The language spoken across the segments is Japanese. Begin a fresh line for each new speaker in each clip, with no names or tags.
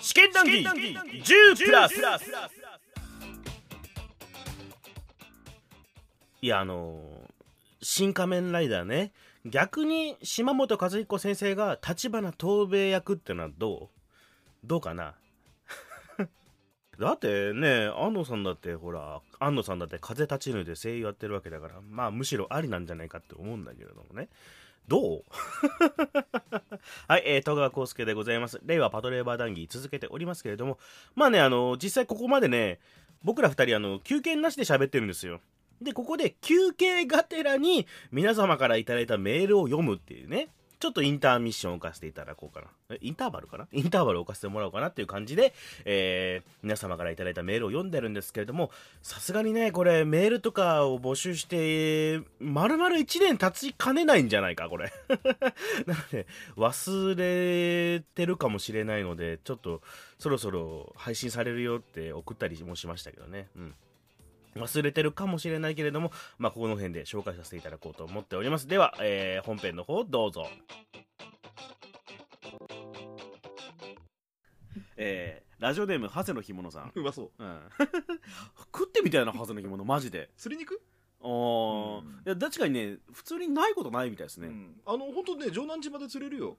試験談義10プラスいやあのー新仮面ライダーね逆に島本和彦先生が立花藤兵衛役ってのはどうどうかな だってね安野さんだってほら安野さんだって風立ちぬで声優やってるわけだからまあむしろありなんじゃないかって思うんだけれどもねどうはい、えー、戸川康介でございます。令和パトレーバー談義続けておりますけれども、まあね、あの、実際ここまでね、僕ら二人、あの、休憩なしで喋ってるんですよ。で、ここで休憩がてらに、皆様からいただいたメールを読むっていうね、ちょっとインターミッションを置かせていただこうかな。えインターバルかなインターバルを置かせてもらおうかなっていう感じで、えー、皆様からいただいたメールを読んでるんですけれども、さすがにね、これ、メールとかを募集して、丸々1年経ちかねないんじゃないか、これ。 なので、忘れてるかもしれないので、ちょっと、そろそろ配信されるよって送ったりもしましたけどね。うん。忘れてるかもしれないけれども、まあ、この辺で紹介させていただこうと思っております。では、えー本編の方、どうぞ。えーラジオネーム、ハセの干物さん。
うまそう
うん。 食ってみたいな、ハセの干物、マジで。
すり肉
あー、
うん
いや、確かにね、普通にないことないみたいです
う
ね。
んあの本当ね城南島で釣れるよ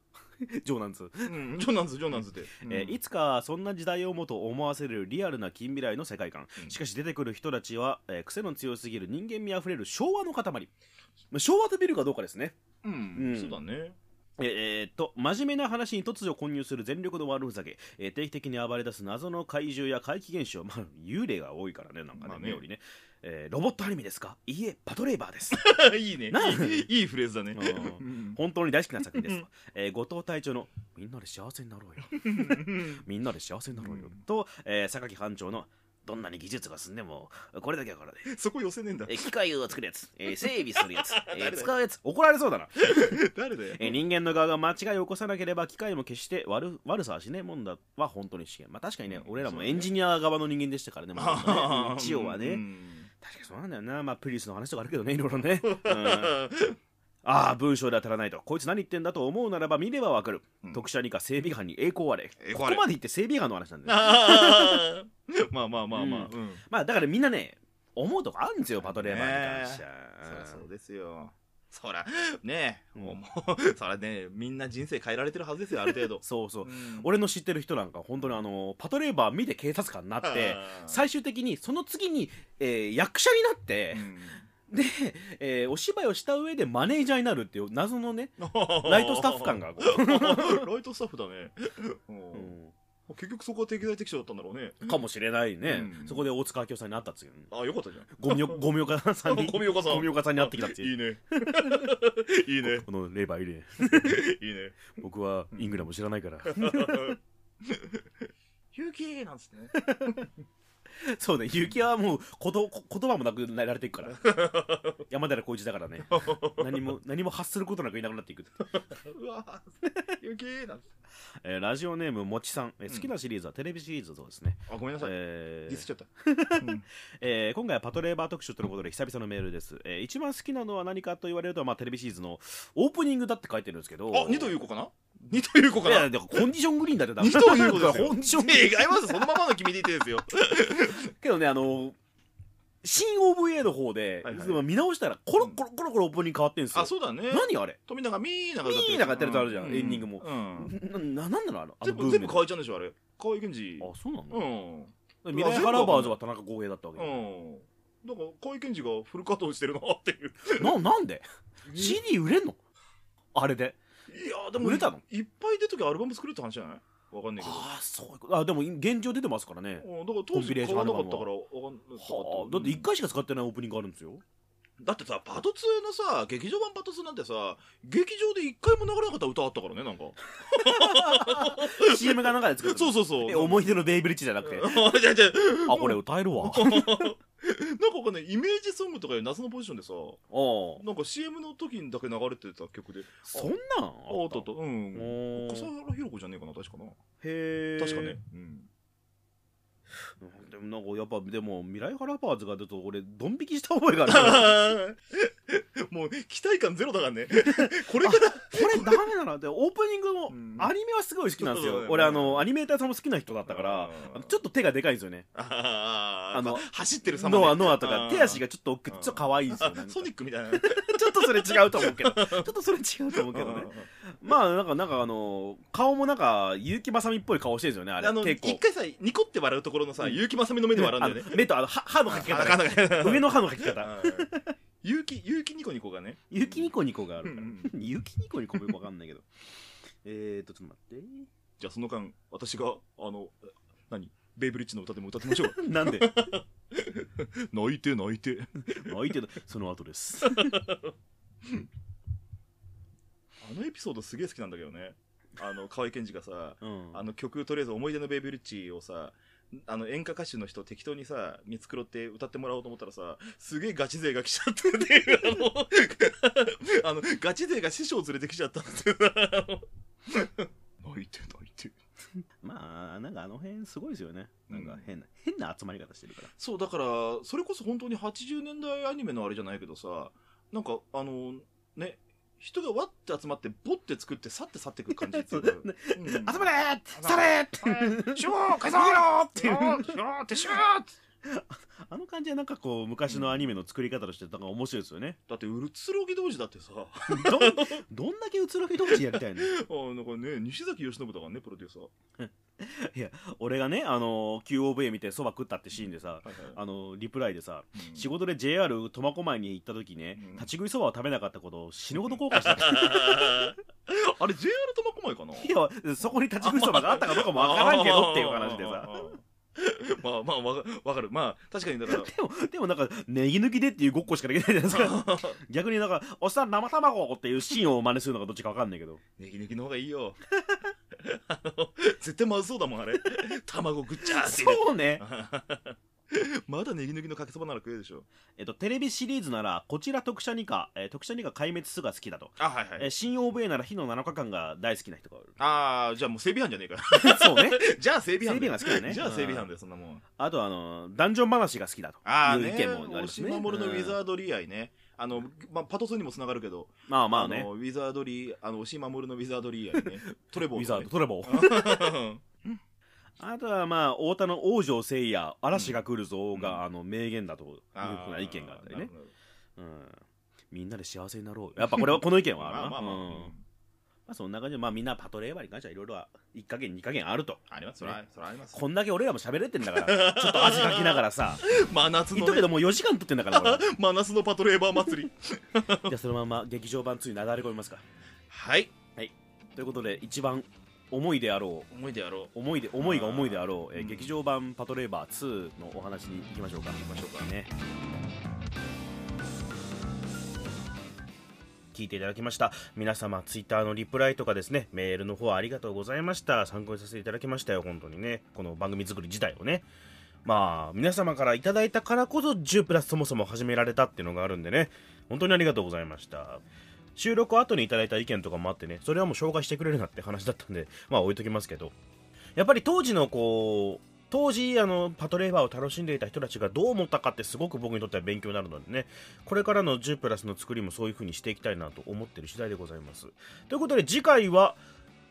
城南通。
うん 城南津城南津で
えーいつかそんな時代をもと思わせるリアルな近未来の世界観、
うん
しかし出てくる人たちは、えー癖の強すぎる人間味あふれる昭和の塊まあ昭和とビルかどうかですね
う
うん
んそう だね
えーえーっと真面目な話に突如混入する全力の悪ふざけ、えー定期的に暴れ出す謎の怪獣や怪奇現象、まあ、幽霊が多いからねなんかね,、
まあね
ねよりね、えーロボットアニメですかいいえパトレーバーです
いいね
ない
いいいフレーズだね
う本当に大好きな作品です、えー後藤隊長の「みんなで幸せになろうよ」みんなで幸せになろうよ、
うん
と、えー榊班長のどんなに技術が進んでもこれだけはからね
そこ寄せねえんだ
えー機械を作るやつ、えー整備するやつ、え
誰
ー
だよ
使うやつ怒られそうだな、
誰だよ
えー人間の側が間違いを起こさなければ機械も決して悪悪さはしねえもんだは本当に試験まあ確かにね、
うん
俺ら
そう
も
だね
エンジニア側の人間でしたから ね,、まあね
あー
一応はね、
うん
確かにそうなんだよなまあプリウスの話とかあるけどねいろいろね、うんああ文章では足らないとこいつ何言ってんだと思うならば見ればわかる、
うん
特殊にか整備班に栄光あれ
栄光あれ
ここまで言って整備班の話なんだよ
あーまあまあまあまあ
う
うん
まあだからみんなね思うとこあるんですよパトレーバーに関しては、
そりゃそうですよそらね
う
え
ん
もうもう そらねみんな人生変えられてるはずですよある程度
そうそう
うん
俺の知ってる人なんか本当にあのパトレーバー見て警察官になって
あー
最終的にその次に、えー役者になって
う、ん
で、えーお芝居をした上でマネージャーになるっていう謎のねライトスタッフ感がこ う
ライトスタッフだね、
う
うん
ん
結局そこは適材適所だったんだろうね
かもしれないね、
うん
そこで大塚明夫さんになったっつう
あよかったじゃん
ゴミおゴミ岡さんに
ゴミ岡さん
ゴミ岡さんになってきたってい
いう いねいいね
このレバーいるね
い いね
僕はイングランド知らないから
勇気なんですね
そうね、結城はもうことこ言葉もなくなられてい くから。山寺宏一だからね。何も、何も発することなくいなくなっていく。
うわ勇気なんです
えーラジオネーム、もちさん。えー
うん
好きなシリーズはテレビシリーズだそうですね。
あごめんなさい、
え
ディスっ
ー
ちゃ った、
えー今回はパトレーバー特集とのことで久々のメールです。えー一番好きなのは何かと言われると、まあ、テレビシリーズのオープニングだって書いてるんですけど。
あ二という子かな二という子
い
か
やいや、
な
だからコンディショングリーンだって
二という子ですよ
コンディショングリーン
違いますそのままの君でいてで すよ
けどね、あの新 OVA の方で、
はいはい
でも見直したらコロコロコロコロオープニング変わってるんですよ
あ。そうだね
何あれ
富永みーなが
みーながやってるやつあるじゃんエンディングも
うん
な、ななんなのあの、あの
全
ブー
部
ム
全部河合ちゃんでしょあれ河合源氏
あ、そうな
う
の、
ん
未来ハラバーズは田中光平だったわけ
う
だ、
んだから河合健二がフル稼働してるなっ ていう
な、なんで ?CD 売れんのあれで。
いやでも
売れたの
いっぱい出ときゃアルバム作るって話じゃないわかんないけど
ああ、そういうこと。あ、でも現状出てますからね。
うんだから
コ
当
ンピ
時
レーシ
買
ョンア
わ
ル
な
バム
かっ
は
たからわかんな
はあ、だって1回しか使ってないオープニングあるんです よ。
だってさパト2のさ劇場版パト2なんてさ劇場で1回も流れなかった歌あったからねな んか
CM が中で作って
そううそうそう
え、思い出のベイブリッジじゃなくて。あ、
あ じゃあじゃあ
これ歌えるわ。あ
なんかわかんないイメージソングとかいう謎のポジションでさ
あ、
なんか CM の時にだけ流れてた曲で
そんなん
ああったあったう
お
ん
ー
笠原ひろ子じゃねえかな確かな
へえ。
確かね。うん
でもなんかやっぱでも未来ハラパーズが出ると俺ドン引きした覚えがある から
もう期待感ゼロだからね これから
これダメだなってオープニングの
うん
アニメはすごい好きなんです
そう
よ、
だよね
俺あのアニメーターさんも好きな人だったから
うん
ちょっと手がでかいんですよね
あー
あの
走ってる様
ノアノアとか
あー
手足がちょっと大きくてちょっと可愛いんですよ
あ
なんか
ソニックみたいな
ちょっとそれ違うと思 うけどちょっとそれ違うと思うけどねまあなんかなんかあの顔もなんか結城まさみっぽい顔してるんですよねあれ
あの
結構
一回さニコって笑うところのさ
うん
結城まさみの目で笑うんだよね
あの目とあの歯歯の描き
あ
方ね
なかなか
上の歯の描き方
うん結城結城ニコニコがね
雪ニコニコがあるか
うん
ら雪ニコニコもよくわかんないけどえーとちょっと待っ
じゃあその間私があの何ベイブリッジの歌でも歌ってみましょう
て なん で
泣いて泣いて
相手のその後 です
あのエピソードすげえ好きなんだけどねあの河合健二がさ
うん
あの曲とりあえず「思い出のベイブリッジ」をさあの演歌歌手の人適当にさ見繕って歌ってもらおうと思ったらさすげえガチ勢が来ちゃったっていうあのあのガチ勢が師匠を連れてきちゃったんですよ泣いて泣いて
まあなんかあの辺すごいですよねなんか変な、変な集まり方してるから
そうだからそれこそ本当に80年代アニメのあれじゃないけどさなんかあのね人がわって集まってボって作って去って去ってく感じっていう か、
そう
うん
「集まれーされー!」 って
シュー解散しろっていうシューってシューって
あの感じはなんかこう昔のアニメの作り方としてなんか面白いですよ ね
だってうつろぎ同士だってさ あ
どどんだけうつろぎ同士やりたいの
なんかね西崎由伸だからねプロデューサー、
俺がねあの QOV 見てそば食ったってシーンでさあのリプライでさ
うん
仕事で JR 苫小牧に行った時ね、
うん
立ち食いそばを食べなかったことを死ぬほど後悔 した
あれ JR 苫小牧かない
やそこに立ち食いそばがあったかどうかもわからんけどっていう話で さ
まあ まあわかわかるまあ確かに だから
でもでもなんかネギ抜きでっていうごっこしかできないじゃないですか逆になんかおっさん生卵っていうシーンを真似するのがどっちかわかんないけど
ネギネギの方がいいよ あの絶対まずそうだもんあれ 卵ぐっちゃーって入れて
そうね
まだネギネギのかけそばなら食えるでしょ
えっとテレビシリーズならこちら特写にか、えー特写にか壊滅すが好きだと、
あはいは
えー新 OVA なら火の7日間が大好きな人が おる
ああじゃあもう整備班じゃねえか
そうね
じゃあ整備班だよ
整備班好きだね
じゃあ整備班だよそんなもん
あとあのダンジョン話が好きだと
ああ
い
ね
う意見もありま
押
す
し
ね
守るのウィ
うん
ザードリー愛ね、あのまあ、パトスにもつながるけど、
まあまあね
のウィザードリーあの押し守るのウィザードリー愛ね トレ
ウ
ボ
ィ
ー
ザード
とかね、
トレボー あとはまあ太田の「王女聖夜嵐が来るぞ」があの名言だというふうな意見があったりね、うん、みんなで幸せになろうやっぱこれはこの意見はある
ま
な
あまあまあ、
うんまあそんな感じでまあみんなパトレーバーに関してはいろいろ1加減2加減あると
ありますそれはそれはあります
こんだけ俺らも喋れてんだからちょっと味かきながらさ
真夏
言
の
っとく
ね、
けどもう4時間撮ってんだから これ
真夏のパトレーバー祭 り
じゃあそのまま劇場版2になだれ込みますか
はい
ということで一番思いであろう
思いでやろう
思いで思いが思いであろう、えー
うん
劇場版「パトレーバー2」のお話に行きましょうか行きましょうかね聞いていただきました皆様ツイッターのリプライとかですねメールの方ありがとうございました参考にさせていただきましたよ本当にねこの番組作り自体をねまあ皆様からいただいたからこそ10プラスそもそも始められたっていうのがあるんでね本当にありがとうございました収録後にいただいた意見とかもあってねそれはもう紹介してくれるなって話だったんでまあ置いときますけどやっぱり当時のこう当時あのパトレーバーを楽しんでいた人たちがどう思ったかってすごく僕にとっては勉強になるのでねこれからの10プラスの作りもそういう風にしていきたいなと思ってる次第でございますということで次回は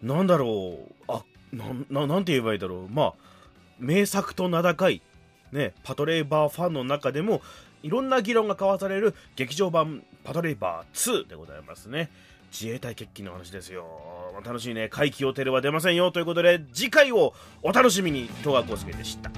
なんだろうあなんななんて言えばいいだろうまあ名作と名高いねパトレーバーファンの中でもいろんな議論が交わされる劇場版パトレーバー2でございますね自衛隊決起の話ですよまあ楽しいね怪奇予定では出ませんよということで次回をお楽しみに戸川浩介でした